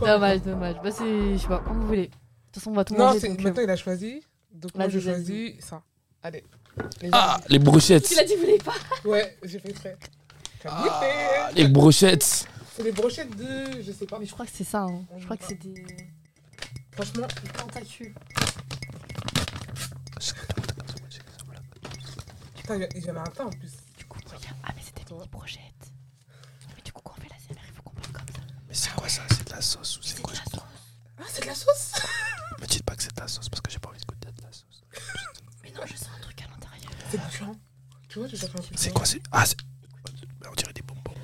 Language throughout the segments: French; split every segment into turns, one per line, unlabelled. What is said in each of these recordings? Dommage, dommage. Bah, c'est, je sais pas, comme vous voulez. De toute façon, on va tout
Non,
manger.
c'est-
donc, euh,
maintenant il a choisi. Donc moi
Vas-y,
je
vas-y.
choisis ça. Allez. Les
Ah,
amis.
les brochettes.
Tu l'as dit, vous voulez pas
Ouais, j'ai fait exprès. T'as
Ah,
goûté.
les brochettes.
C'est des brochettes de. Je sais pas.
Mais je crois que c'est ça, hein. Je crois que c'est des.
Franchement,
tentacules.
putain, il y a- il y en a un tas en plus.
Du coup, regarde. Ah, mais c'était mini brochette. Mais du coup, quand on fait la CMR, il faut qu'on parle comme ça.
Mais c'est quoi ça C'est de la sauce ou c'est
C'est
quoi
de la sauce.
Ah, c'est de la sauce
Me dites pas que c'est de la sauce parce que j'ai pas envie de goûter de la sauce.
Mais non, je sens un truc à l'intérieur.
C'est différent. Tu vois, j'ai déjà fait un truc.
C'est quoi c'est Ah, c'est. Mais on dirait des bonbons.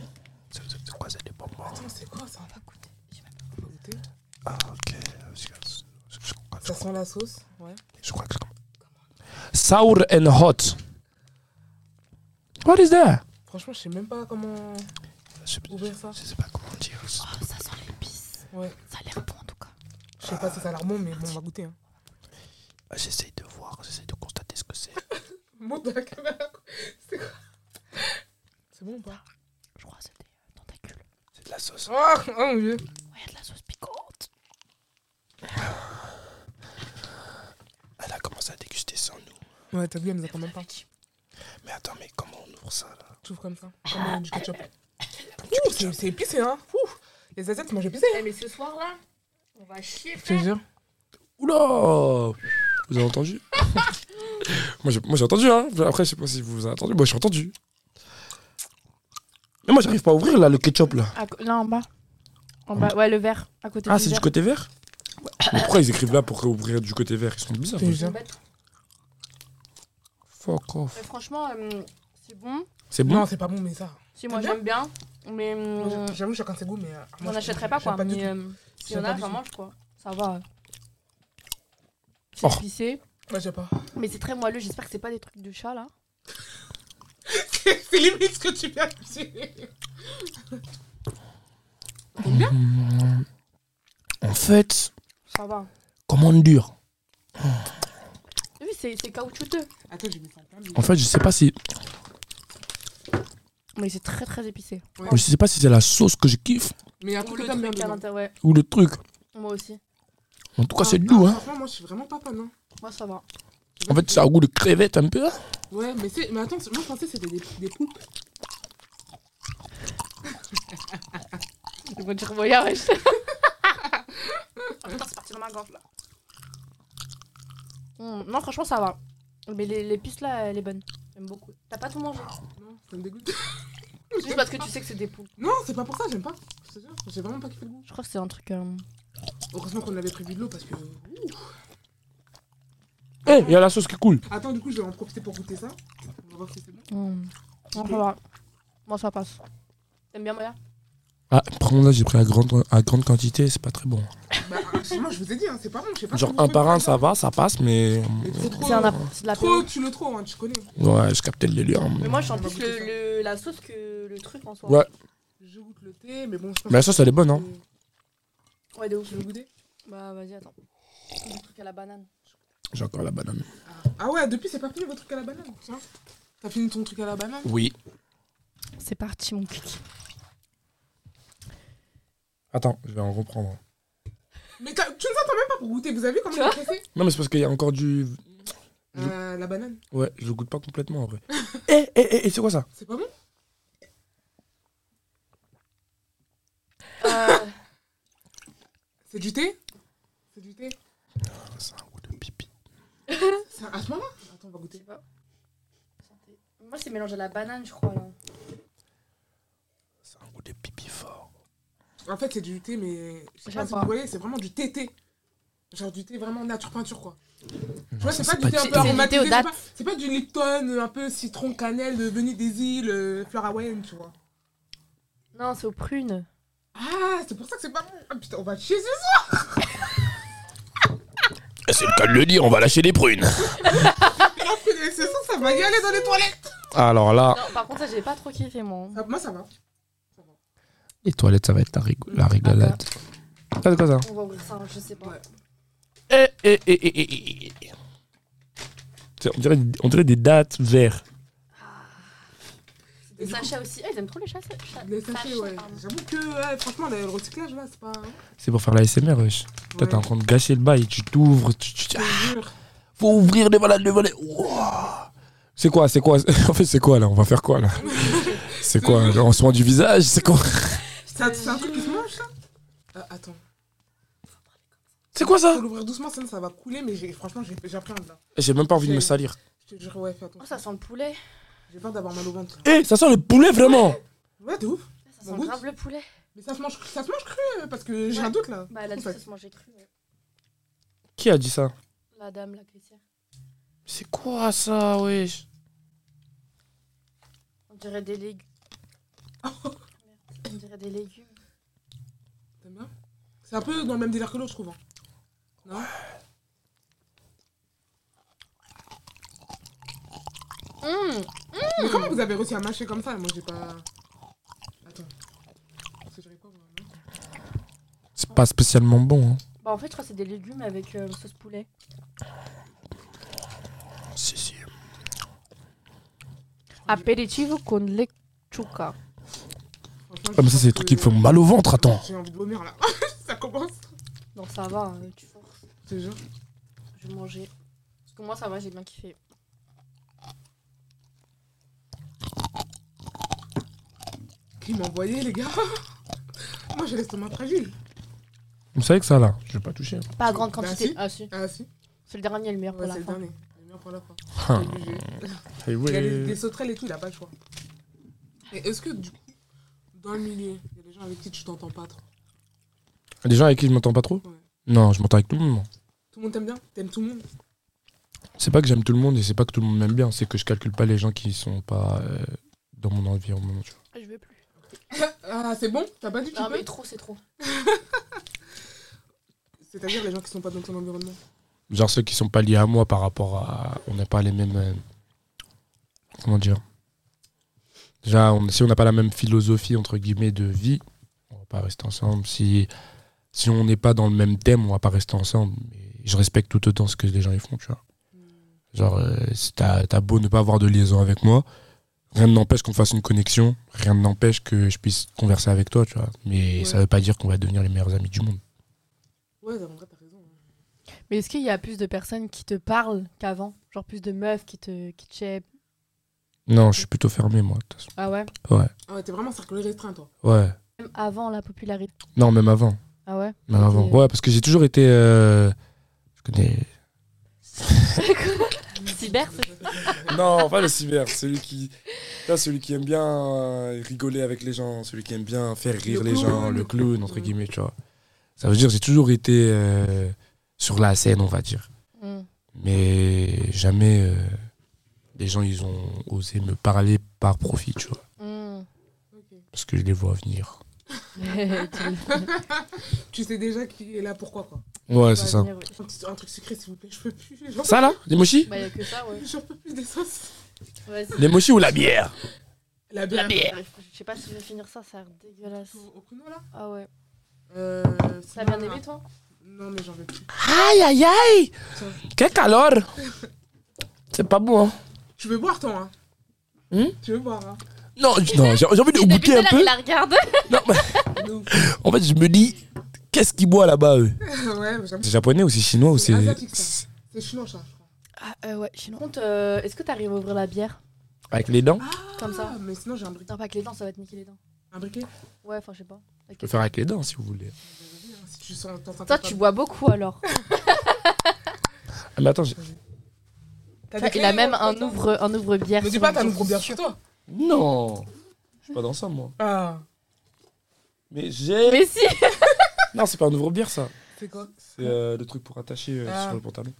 C'est c'est- c'est quoi C'est des bonbons.
Attends, c'est quoi ça
On va goûter. J'ai même-
On peut goûter
Ah, ok. Je, je- je crois, je
Ça
crois-
sent la sauce. Ouais.
je crois que je comprends. Sour and hot. What is that
Franchement, je sais même pas comment
Je,
ouvrir ça.
je sais pas comment dire.
Oh, ça sent l'épice.
Ouais.
Ça a l'air bon en tout cas.
Je sais pas si ça a l'air bon, mais bon, on va goûter. Hein.
Ah, J'essaye de voir, j'essaye de constater ce que c'est.
Monte la caméra. C'est quoi C'est bon ou pas
Je crois que c'est des euh, tentacules.
C'est de la sauce.
Ah, oh mon dieu.
Ouais, y a de la sauce piquante.
Elle a commencé à déguster sans nous.
Ouais, t'as vu, elle nous attend même pas.
Mais attends, mais comment on ouvre ça là
Tu ouvres comme ça, comme euh, du
Ah,
ketchup. Ouh, c'est- c'est épicé, hein. Ouh. Les Asiates, ils mangent épicé.
Eh, mais ce soir-là, on va chier,
Je te jure.
Oula Vous avez entendu Moi j'ai moi, j'ai entendu, hein. Après, je sais pas si vous avez entendu. Moi j'ai entendu. Mais moi j'arrive pas à ouvrir là le ketchup là.
là en bas. En bas, ouais, le vert. À côté
Ah,
du
c'est du
verre.
côté vert Mais pourquoi ils écrivent là pour ouvrir du côté vert Ils sont bizarres.
Je te jure.
Fuck off.
franchement, euh, c'est bon.
C'est bon
Non, c'est pas bon, mais ça.
Si moi
T'aimes
j'aime bien, mais
Moi,
euh,
j'a- J'avoue, chacun ses goûts, mais. euh,
on
moi, je-
n'achèterait pas
j'aime
quoi.
du
Mais
tout.
euh, s'il y en
J'aime
a,
pas du
j'en
tout.
mange quoi.
Ça va. C'est
Oh.
épicé,
Ouais, j'ai pas.
mais c'est très moelleux. J'espère que c'est pas des trucs de chat là.
c'est limite ce que tu viens de dire.
En fait,
Ça va.
comment on dure
Oui, c'est c'est caoutchouteux.
Attends, j'ai mis ça en plein.
En fait, je sais pas si
Mais c'est très très épicé.
je sais pas si c'est la sauce que je kiffe
Mais il y a un
Ou
truc
le
que t'aimes bien
truc à
dedans.
l'intérieur. Ouais,
ou le truc.
moi aussi.
En tout cas, c'est doux, hein.
Franchement, moi, je suis vraiment pas fan. Hein.
Moi ça va.
En fait, ça a un goût de crevette un peu. hein.
Ouais, mais, c'est- mais attends, moi, je pensais que c'était des, des poulpes.
Je vais dire voyage.
Attends, Oh, c'est parti dans ma gorge là.
Hum, non, franchement ça va. Mais les- l'épice là, elle est bonne. J'aime beaucoup. T'as pas tout mangé.
Non, ça me dégoûte.
Juste parce que tu sais que c'est des poules.
Non, c'est pas pour ça, j'aime pas. Je te jure, j'ai vraiment pas kiffé le goût.
Je crois que c'est un truc. euh,
Heureusement qu'on avait prévu de l'eau parce que.
Eh, il y a la sauce qui coule.
Attends, du coup, je vais en profiter pour goûter ça. On va voir si c'est bon.
hum. Non, ça va. Moi ça passe. T'aimes bien Maya
Ah, par contre, là, j'ai pris à grande, à grande quantité, c'est pas très bon.
Bah, moi, je vous ai dit, hein, c'est pas bon, je sais pas.
Genre,
comment
un
vous
par un,
faites.
ça va, ça passe, mais.
Mais C'est trop.
C'est un app- c'est de la
Trop, tu le trop, hein, tu connais.
Ouais, je captais le hein. délire.
Mais
Mais
moi, je sens
On va
plus
goûter
le,
ça.
le- la sauce que le truc en soi.
Ouais.
Je goûte le thé, mais bon, je pense
Mais la sauce, elle est bonne, hein.
Ouais, de ouf.
Tu veux goûter
Bah vas-y, attends. Le truc à la banane.
J'ai encore la banane.
Ah ouais, depuis, c'est pas fini votre truc à la banane. Tiens, t'as fini ton truc à la banane
Oui.
C'est parti, mon kiki.
Attends, je vais en reprendre.
Mais t'as- tu nous attends même pas pour goûter, vous avez vu comment
Tu
il est pressé
Non, mais c'est parce qu'il y a encore du.
Euh, La banane,
Ouais, je le goûte pas complètement en vrai. Eh, eh, eh, eh, c'est quoi ça
c'est pas bon
Euh,
C'est du thé C'est du thé
Ah, C'est un goût de pipi.
C'est à ce moment-là Attends, on va goûter.
moi, c'est mélange à la banane, je crois. Là.
C'est un goût de pipi fort.
En fait, c'est du thé, mais je sais
J'aime
pas si
pas.
vous voyez, c'est vraiment du thé-thé. Genre du thé vraiment nature peinture, quoi. Tu vois, c'est
ça,
pas du thé un
du
peu
thé. C'est du
aromatisé.
thé aux
c'est pas- C'est pas du Lipton, euh, un peu citron, cannelle, euh, venu des îles, euh, fleur hawaïenne, tu vois.
Non, c'est aux prunes.
Ah, c'est pour ça que c'est pas bon. Ah putain, on va chier dessus.
Eh, C'est le cas de le dire, on va lâcher des prunes.
Alors que les- C'est ça, ça va y aller dans les toilettes.
Alors là.
Non, par contre, ça, j'ai pas trop kiffé, moi.
Ah, moi, ça va. Ça va.
Les toilettes, ça va être la, rig- la rigolade. Ah, c'est quoi ça
On va ouvrir ça, hein, je sais pas.
Ouais.
Eh, eh, eh, eh, eh, eh, eh, eh. C'est- On dirait, on dirait des dates vertes.
C'est Les
du coup-
sachets aussi. Ah, ils aiment trop les chats. ça- chats-
Les sachets,
sachets,
ouais.
pardon.
J'avoue que, ouais, franchement, le recyclage, là, c'est pas.
C'est pour faire la SMR, wesh. Toi, t'es en train de gâcher le bail. Tu t'ouvres. Tu, tu- tu-
C'est dur.
Faut ouvrir les malades, les volets. Ouah. C'est quoi, c'est quoi En fait, c'est quoi là On va faire quoi là C'est quoi En soin du visage C'est quoi
Ça- C'est un truc qui se mange, ça Euh, Attends.
C'est quoi ça
Faut l'ouvrir doucement, sinon ça va couler, mais j'ai- franchement, j'ai- j'appréhende là.
J'ai même pas envie de me
C'est-
salir.
Je te jure, ouais, fais attention.
Oh, ça sent le poulet.
J'ai peur d'avoir mal au ventre.
Eh, ça sent le poulet vraiment
Ouais, t'es ouf.
Ça sent
Bon goût.
grave le poulet.
Mais ça se mange, ça se mange cru, euh, parce que j'ai
Ouais.
un doute là.
Bah, là-dessus,
Ouais.
ça se mangeait cru. ouais.
Qui a dit ça
La dame, la caissière.
C'est quoi ça, wesh
On dirait des légumes. On dirait des légumes.
T'aimes bien C'est un peu dans le même délire que l'autre, je trouve. hein. Non
Mmh.
Hum,
Mais comment vous avez réussi à mâcher comme ça Moi, j'ai pas. Attends. Parce que j'aurais pas, moi, non
C'est pas spécialement bon. Hein.
Bah, en fait, je crois que c'est des légumes avec euh, sauce poulet.
Si, si.
Aperitivo con lechuga.
Franchement,
Ah, mais
je
ça,
pense
c'est des trucs qui me
que-
font mal au ventre, attends.
J'ai envie de vomir là. ça commence.
Non, ça va, hein, tu forces.
Je te jure.
Je vais manger. Parce que moi, ça va, j'ai bien kiffé.
Qui m'a envoyé, les gars Moi, j'ai l'estomac fragile.
Vous savez que ça là Je vais pas toucher.
Pas à grande
Bah,
quantité.
si.
Ah, si.
Ah, si.
C'est le dernier, le meilleur
Ouais,
pour la
c'est le
fin.
dernier. Le meilleur pour la fin.
Ah.
T'es obligé.
Eh
Il y a les- des sauterelles et tout, il a pas le choix. Et est-ce que du coup, dans le milieu, il y a des gens avec qui tu t'entends pas trop
Des gens avec qui je m'entends pas trop
Ouais.
Non, je m'entends avec tout le monde. moi.
Tout le monde t'aime bien T'aimes tout le monde
C'est pas que j'aime tout le monde et c'est pas que tout le monde m'aime bien, c'est que je calcule pas les gens qui sont pas euh, dans mon environnement. tu vois.
Je veux plus.
Ah, c'est bon T'as pas dit que tu
Non,
peux
mais trop, c'est trop.
C'est-à-dire les gens qui sont pas dans ton environnement.
Genre ceux qui sont pas liés à moi par rapport à. On n'a pas les mêmes. euh, Comment dire Déjà, on- si on n'a pas la même philosophie, entre guillemets, de vie, on va pas rester ensemble. Si, si on n'est pas dans le même thème, on va pas rester ensemble. Mais je respecte tout autant ce que les gens ils font, tu vois. Genre, euh, si t'as t'as beau ne pas avoir de liaison avec moi, rien ne n'empêche qu'on fasse une connexion, rien ne n'empêche que je puisse converser avec toi, tu vois. Mais
Ouais.
ça veut pas dire qu'on va devenir les meilleurs amis du monde.
Ouais, en vrai, t'as raison. hein.
Mais est-ce qu'il y a plus de personnes qui te parlent qu'avant Genre plus de meufs qui te qui te chèpent
Non, je suis plutôt fermé, moi, de toute façon.
Ah ouais
Ouais,
Ah ouais, t'es vraiment cercle restreint, toi.
ouais.
Même avant la popularité.
Non, même avant.
Ah ouais
Même avant.
Ok.
Ouais, parce que j'ai toujours été. euh, Je connais.
Cyber,
Non, pas le cyber, celui qui. Là, celui qui aime bien euh, rigoler avec les gens, celui qui aime bien faire
rire Le les clown. gens, le
clown,
entre
guillemets, tu vois. Ça veut dire j'ai toujours été euh, sur la scène, on va dire.
Mmh.
Hum.
mais jamais euh, les gens ils ont osé me parler par profit tu vois
Mmh.
Hum.
Ok.
parce que je les vois venir
Tu sais déjà qui est là, pourquoi quoi.
ouais
Tu
c'est
vas
ça
venir, ouais.
Un, petit- un truc sucré, s'il vous plaît, je peux plus. J'en peux
ça là les mochis
Bah, y'a que ça, ouais.
plus, j'en peux plus des sauces.
Vas-y.
les mochis ou la bière
La bière.
J'arrive- Je sais pas si je vais finir ça, ça a l'air dégueulasse.
Au prénom là
Ah ouais.
Euh.
T'as
c'est
bien
bon, là.
aimé, toi
Non, mais j'en veux plus.
aïe aïe aïe quel calor c'est pas bon hein
Tu veux boire, toi hein
Hmm
Tu veux boire, hein
non j- non j'ai j'ai envie de goûter un peu
Il la regarde.
non, mais
Ah.
De ouf.
en fait je me dis qu'est-ce qu'ils boivent là-bas eux
Ouais, mais j'avoue.
c'est japonais ou c'est chinois ou
C'est
c'est
asiatique, ça. C'est chinois, ça, je crois.
Ah euh, ouais, sinon.
Par contre, euh, est-ce que t'arrives à ouvrir la bière
avec les dents
Comme ça
Ah, mais sinon, j'ai un briquet.
Non, pas avec les dents, ça va te niquer les dents.
Un briquet
Ouais, enfin, je sais pas. Avec-
je peux faire avec les dents si vous voulez
Si tu sens. t'en
Toi,
sens pas-
tu bois beaucoup alors.
Ah, mais attends j'ai-
T'as des
Il a
clés,
même
toi,
un
toi
ouvre, un ouvre bière.
Ne dis pas, t'as un ouvre bière sur toi.
non je suis pas dans ça moi
Ah,
mais j'ai
Mais si.
non c'est pas un ouvre bière ça
c'est quoi
C'est euh, le truc pour attacher euh,
Ah.
sur le pantalon.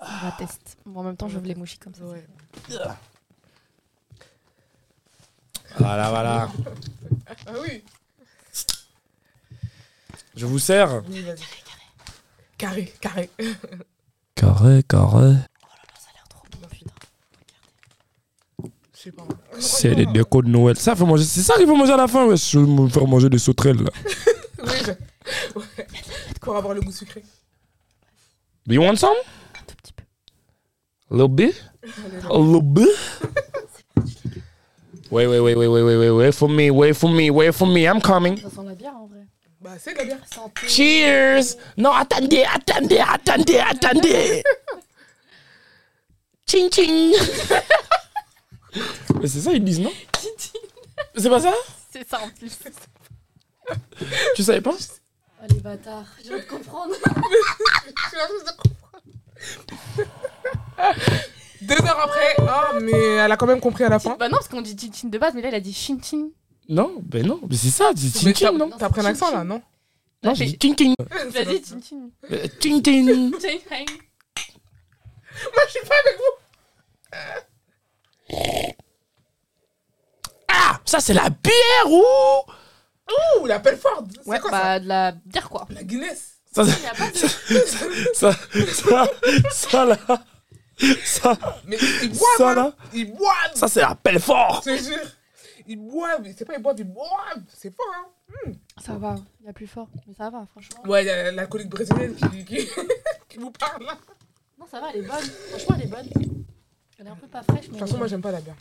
On va test. Bon, en même temps, je les mouchis comme ça.
Ouais.
Voilà, voilà.
Ah oui.
Je vous sers.
Oui, vas-y. Carré, carré.
Carré,
Ça
carré.
a l'air trop
bon, putain. Je sais pas.
C'est les décos de Noël. Ça, faut manger. C'est ça qu'il faut manger à la fin. Ouais. Je vais me faire manger des sauterelles. Là.
Oui, je... ouais. Pour avoir le goût sucré.
Do you want some?
un tout petit peu.
A little bit?
Allez,
A little bit? Wait, wait, wait, wait, wait, wait, wait, wait for me, wait for me, wait for me, I'm coming.
Ça sent la bière en vrai.
Bah, c'est de la bière.
Santé.
Cheers! Non, attendez, attendez, attendez, attendez! Ching ching! Mais c'est ça, ils disent non? C'est pas ça?
C'est ça en plus.
Tu savais pas?
Oh les bâtards.
Je veux te comprendre.
Deux heures après, oh, mais elle a quand même compris à la fin.
bah non, parce qu'on dit tchin de base, mais là, il a dit chin chin.
Non, ben non, mais c'est ça, c'est ching ching, non?
T'as pris un accent là, non
Non, j'ai dit ching ching.
Il a dit chin chin.
Euh, Ching ching!
Chin chin.
Moi, je suis pas avec vous.
Ah! Ça, c'est la bière ou?
Ouh, la Pelford. C'est
Ouais,
quoi ça
bah de la bière quoi.
La Guinness.
Ça,
Il y a pas de-
ça, ça, ça, là. Ça,
Mais ils boivent.
Ça,
hein.
là.
Ils boivent.
ça c'est la pelle fort.
Je te jure. Ils boivent. C'est pas ils boivent, ils boivent. C'est fort, hein.
Ça va, il y a plus fort. Mais ça va, franchement.
Ouais, il y a l'alcoolique brésilienne qui, qui, qui vous parle là. De
Non, ça va, elle est bonne. Franchement, elle est bonne.
Elle est un peu pas fraîche, mais.
toute façon, moi, j'aime pas la bière.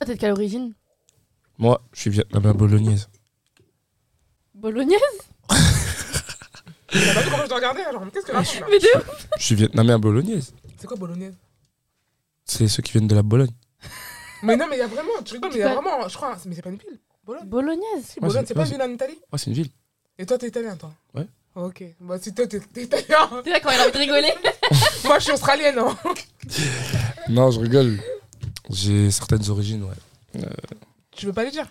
Peut-être qu'à l'origine.
Moi, je suis vietnamien bolognaise.
Bolognaise
T'as pas vu comment je te regardais alors mais Qu'est-ce que raconte là
Mais de
Je suis vietnamien bolognaise.
C'est quoi bolognaise
C'est ceux qui viennent de la Bologne.
Mais non, mais il y a vraiment. Tu rigoles, mais il y
Tu
a
vois-
vraiment. Je crois. Mais c'est pas une pile. Bologne.
Bolognaise
Si,
Ouais,
Bologne,
c'est-
c'est pas
ouais,
une ville en Italie.
Oh, c'est une ville.
Et toi, t'es italien, toi
Ouais.
Ok. Bah, si toi, t'es t'es italien.
T'es là quand il a envie de rigoler
Moi, je suis australienne, hein.
Non, je rigole. J'ai certaines origines, ouais.
Tu veux pas les dire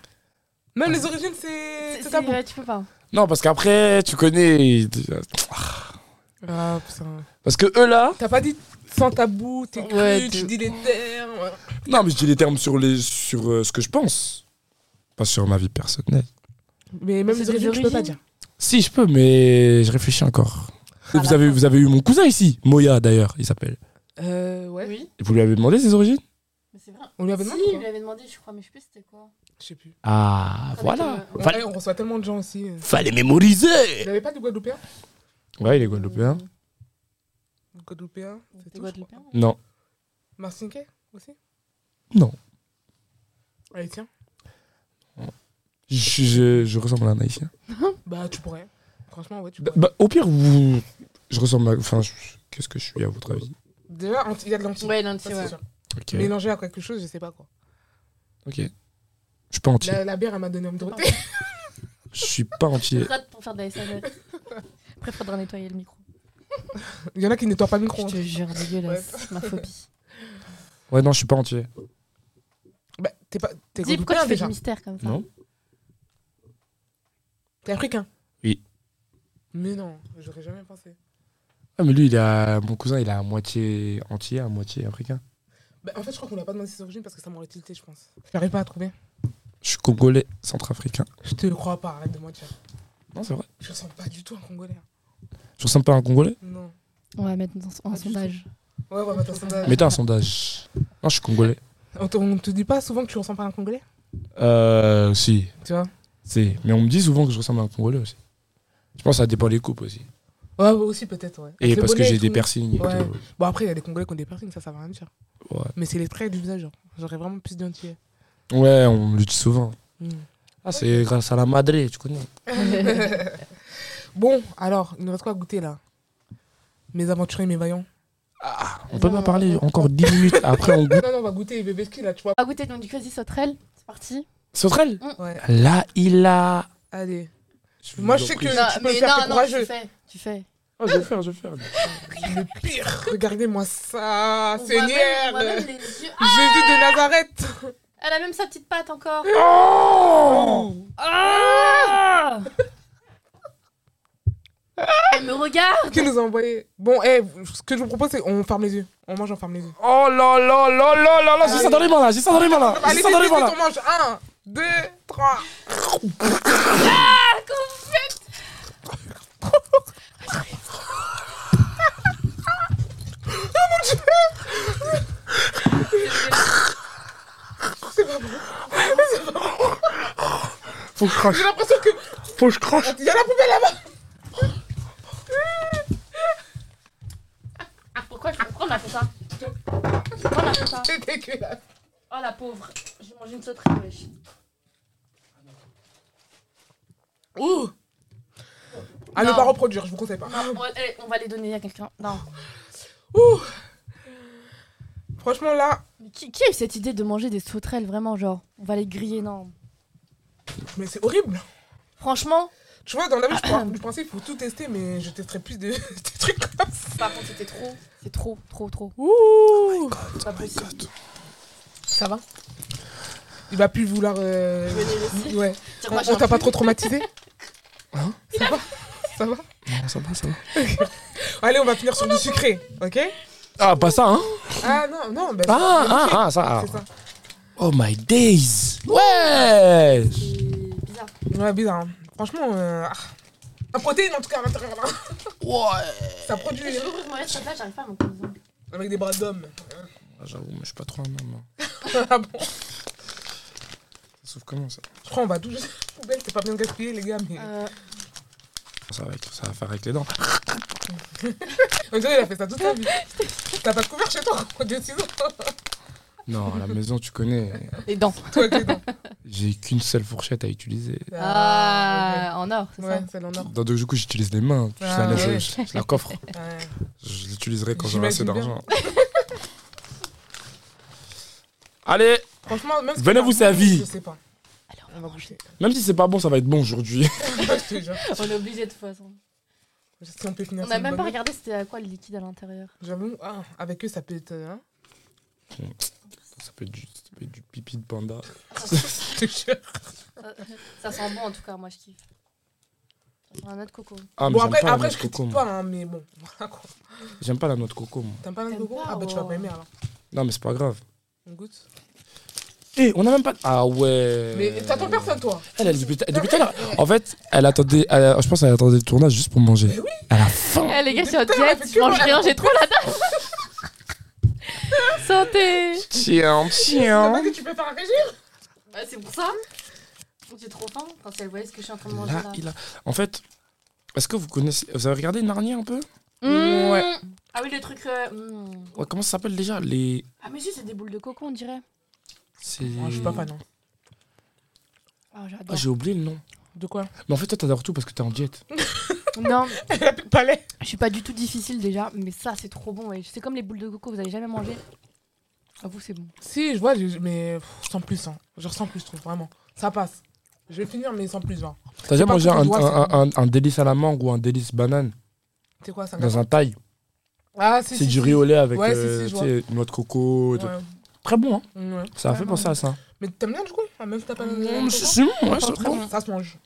Même les origines, c'est c'est tabou.
ouais, Tu peux pas.
Non, parce qu'après, tu connais.
Ah, putain.
Parce que eux là.
T'as pas dit sans tabou, t'es cru,
Ouais,
tu
t'es-
dis les termes.
Non, mais je dis les termes sur, les... sur euh, ce que je pense. Pas sur ma vie personnelle.
Mais même
C'est
les
des
origines, tu peux pas
origines.
dire.
Si, je peux, mais je réfléchis encore.
Ah,
vous,
la
avez,
fin.
vous avez eu mon cousin ici, Moya d'ailleurs, il s'appelle.
Euh, ouais.
Oui,
Vous lui avez demandé ses origines
mais c'est vrai.
On lui avait
Si,
demandé
il
quoi
lui avait demandé, je crois, mais je sais plus c'était quoi.
Je sais plus.
Ah,
Avec, euh,
voilà.
On,
Fallait,
on reçoit tellement de gens aussi. euh.
fallait
Il
mémoriser.
avait pas du Guadeloupéen
Ouais, il est
Guadeloupéen, hein. c'est tout. je crois.
Guadeloupéen.
Non.
Martiniquais aussi
Non.
Allez, tiens.
Je, je- je ressemble à un haïtien.
Bah, tu pourrais. Franchement, ouais, tu
Bah,
pourrais.
bah, au pire, vous. Je ressemble à. Enfin, je- qu'est-ce que je suis à votre avis
Déjà, anti- il y a de l'anti.
Ouais, l'anti,
Ça, c'est
ouais.
sûr.
Ok.
Mélangé à quelque chose, je sais pas quoi.
Ok. Je suis pas entier.
La, la bière, elle m'a donné un Dorothée.
Je suis pas entier.
Rate pour faire de la E. SMR. Après, faudra nettoyer le micro.
Il y en a qui nettoient pas le micro.
Je
hein.
te jure, dégueulasse. Ma phobie.
Ouais, non, je suis pas entier.
Bah, t'es pas. T'es
Dis pourquoi
Guadeloupéen
tu fais du
déjà.
mystère comme ça
Non
T'es africain
Oui.
Mais non, j'aurais jamais pensé.
Ah, mais lui, il a. Mon cousin, il a à moitié entier, à moitié africain.
Bah, en fait, je crois qu'on l'a pas demandé ses origines parce que ça m'aurait tilté, je pense. J'arrive pas à trouver.
Je suis congolais, centrafricain.
Je te le crois pas, arrête de mentir.
Non, c'est vrai.
Je ressens pas du tout un Congolais. hein.
Je ressemble pas à un congolais
Non.
On va mettre dans
Pas
un
du
sondage.
Ouais, ouais, bah, t'as sondage.
Mettez un sondage. Non, je suis congolais.
On te, on te dit pas souvent que tu ressens pas un Congolais
Euh. Si.
Tu vois
Si. Mais on me dit souvent que je ressemble à un congolais aussi. Je pense que ça dépend des coupes aussi.
Ouais, ouais, aussi peut-être, ouais. Avec
Et
le
parce que
bonnet
j'ai
et
des
tout.
piercings. et
Ouais.
tout.
Bon, après, il y a des Congolais qui ont des piercings, ça, ça va rien dire.
Ouais.
Mais c'est les traits du visage, genre. J'aurais vraiment plus d'identité.
Ouais, on le dit souvent.
Hmm.
Ah, c'est grâce à la madré, tu connais.
Bon, alors, il nous reste quoi à goûter là Mes aventuriers, mes vaillants.
On peut pas parler encore 10 minutes, après on
Non,
goûte.
non, on va goûter les bébés skis là, tu vois.
On va goûter donc du Crazy Sauterelle. C'est parti.
Sauterelle
Ouais,
Là, il a.
allez. Moi, je sais que
Bah,
tu peux le faire, t'es
tu
courageux.
fais. Tu fais.
Ah, je vais faire, je vais faire.
Le pire, regardez-moi ça,
On voit même- on
Seigneur
voit même
Jésus
les yeux. Ah,
de Nazareth
Elle a même sa petite patte encore.
Oh
Ah Elle me regarde
Qui nous a envoyé Bon, eh, ce que je vous propose, c'est on ferme les yeux. On mange, on ferme les yeux.
Oh là là là là là là J'ai ça dans les mains là, j'ai ça dans les mains là J'ai
Allez,
ça
vite,
dans les
vite,
mains
vite,
là
on mange. Un, deux, trois.
Faut que je crache,
J'ai l'impression que
faut que je crache
il y a la poubelle là-bas.
Ah, pourquoi je comprends, on a fait ça Pourquoi on a fait ça
C'est dégueulasse.
Oh Oh la pauvre. J'ai mangé une sauterelle, wesh.
Ouh À ne
Non.
pas reproduire, je vous conseille pas.
Non, on, va- eh, on va les donner à quelqu'un. Non.
Ouh Franchement, là,
Mais qui, qui a eu cette idée de manger des sauterelles vraiment genre on va les griller non
mais c'est horrible.
Franchement
Tu vois, dans la vie, je pars du principe, faut tout tester, mais je testerai plus de, des trucs comme ça.
Par contre, c'était trop.
c'est trop trop trop.
Ouh
C'est pas possible.
Oh, Ça va Il va plus vouloir. euh, Ouais.
Tiens,
On,
moi,
on
j'ai un
t'a Oh, pas
truc.
trop traumatisé
Hein
Ça va Ça va
Non, ça va, ça va.
Allez, on va finir sur du sucré, ok
Ah, pas ça, hein
Ah non, non, bah,
Ah, ah, ah, ça.
c'est ça.
Oh my days Ouais
C'est bizarre.
Ouais, bizarre. hein. Franchement, euh... ah. un protéine en tout cas à l'intérieur là.
Ouais
Ça
Euh,
produit
Je trouve que je me reste là, j'arrive pas à m'en prendre.
avec des bras d'homme.
Ah, J'avoue, mais je suis pas trop un homme. hein.
ah bon
Sauf comment ça
Je crois qu'on va tout juste. Poubelle, c'est pas bien gaspillé les gars, mais.
Euh,
ça va, être- ça va faire avec les dents.
On dirait qu'il a fait ça toute sa vie. T'as pas de couvert chez toi contre des ciseaux
Non, à la maison, tu connais.
les dents.
Toi avec les dents.
J'ai qu'une seule fourchette à utiliser.
Ah, en or, c'est
ouais. Ouais,
ça
celle en or.
Donc, du coup, j'utilise les mains.
Ah,
Ça, là, je-
ouais.
je, je la coffre.
Ouais.
Je l'utiliserai quand j'aurai assez
J'imagine bien.
d'argent. Allez,
Franchement, même si
Venez
on a
vous
goût,
servir.
Je sais pas.
Alors,
On va goûter.
même si c'est pas bon, ça va être bon aujourd'hui.
je te jure.
on est obligé de toute façon.
Si on peut finir
On
sur
a
une
même pas
bonne note.
regardé c'était à quoi le liquide à l'intérieur.
J'avoue, ah, avec eux, ça peut être. euh, Hein
Ça peut être du, ça peut être du pipi de panda.
je te jure.
Euh, Ça sent bon en tout cas, moi je kiffe. Ça sent un autre coco.
Ah, mais
bon,
j'aime
après,
pas
après
la noix
je
de coco.
critique
moi.
pas, hein, mais bon, voilà quoi.
J'aime pas la noix de coco. moi.
T'aimes pas le
T'aimes
coco
pas,
Ah bah tu vas
oh.
pas aimer alors.
Non, mais c'est pas grave.
On goûte.
Eh, on a même pas. Ah ouais.
Mais t'attends personne toi
Elle, elle, depuis, depuis tout à l'heure. En fait, elle attendait. elle- je pense qu'elle attendait le tournage juste pour manger. À la fin.
Eh les gars, je suis en
Putain,
diète,
mais
je mange rien, j'ai trop la dalle. Santé.
Tiens,
T'as
tiens.
pas que Ah tu peux faire un régime
Bah, c'est pour ça. Oh, J'ai trop faim quand elle voyait ce que je suis en train de manger là.
Là, il a. En fait, est-ce que vous connaissez. Vous avez regardé Narnia un peu
Mmh.
Ouais.
Ah oui, le truc. euh, hmm.
ouais, Comment ça s'appelle déjà Les.
Ah, mais si, c'est des boules de coco, on dirait.
C'est.
Je suis pas fan. hein.
Ah,
Ah,
j'adore.
j'ai oublié le nom.
De quoi
Mais en fait, toi, t'adores tout parce que t'es en diète.
Non,
La pique palais
je suis pas du tout difficile déjà, mais ça c'est trop bon. ouais. C'est comme les boules de coco, vous avez jamais mangé Ah vous c'est bon.
Si, je vois, j'ai- mais pff, sans plus. Hein. Genre sans plus, je trouve, vraiment. Ça passe. Je vais finir, mais sans plus. Genre.
T'as déjà
pas
mangé
pour
un,
le doigt,
un, un, un délice à la mangue ou un délice banane
C'est quoi ça
dans un taille
Ah, si,
C'est
si,
du
si.
riz au lait avec
Ouais, si, si,
euh,
je
tu sais, noix de coco. et tout.
Ouais.
Très bon, hein
Ouais.
Ça a fait
Ouais,
penser
non.
à ça.
Mais t'aimes bien du coup Ah, Même si t'as pas
Non,
le.
mais c'est c'est bon, ouais, c'est
Après,
bon.
Ça se mange.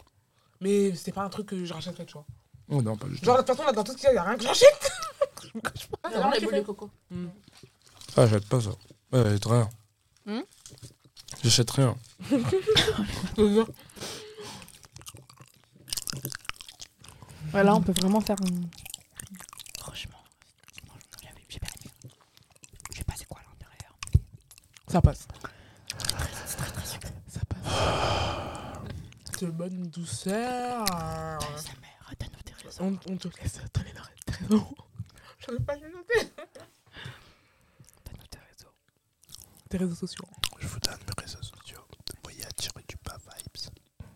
Mais c'est pas un truc que je rachèterais, tu vois.
Oh, non, pas du tout.
Genre, de toute façon, là, dans tout ce qu'il y a, y a rien que j'achète.
Ah, J'adore les boules de coco.
Ah, j'achète pas ça. Ouais, j'achète rien.
Hmm
J'achète rien.
Ouais, là on peut vraiment faire un... Franchement, j'ai pas aimé. Je sais pas c'est quoi à l'intérieur.
Ça passe.
C'est très très sucré.
Ça passe. De bonne douceur.
Sa mère, donne-nous tes raisons.
On, on te laisse traîner dans les trésors. J'avais pas le noter.
Donne-nous tes raisons.
Tes réseaux sociaux.
Je vous donne mes réseaux sociaux. Voyez attirer du bas vibes.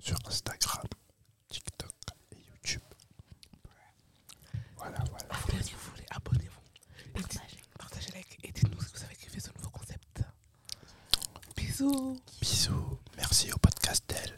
Sur Instagram, TikTok et YouTube. Voilà, voilà.
Abonnez-vous, les abonnez-vous. Et dites- Partagez, like et dites-nous si vous avez kiffé ce nouveau concept. Bisous.
Bisous. Merci au podcast d'elle.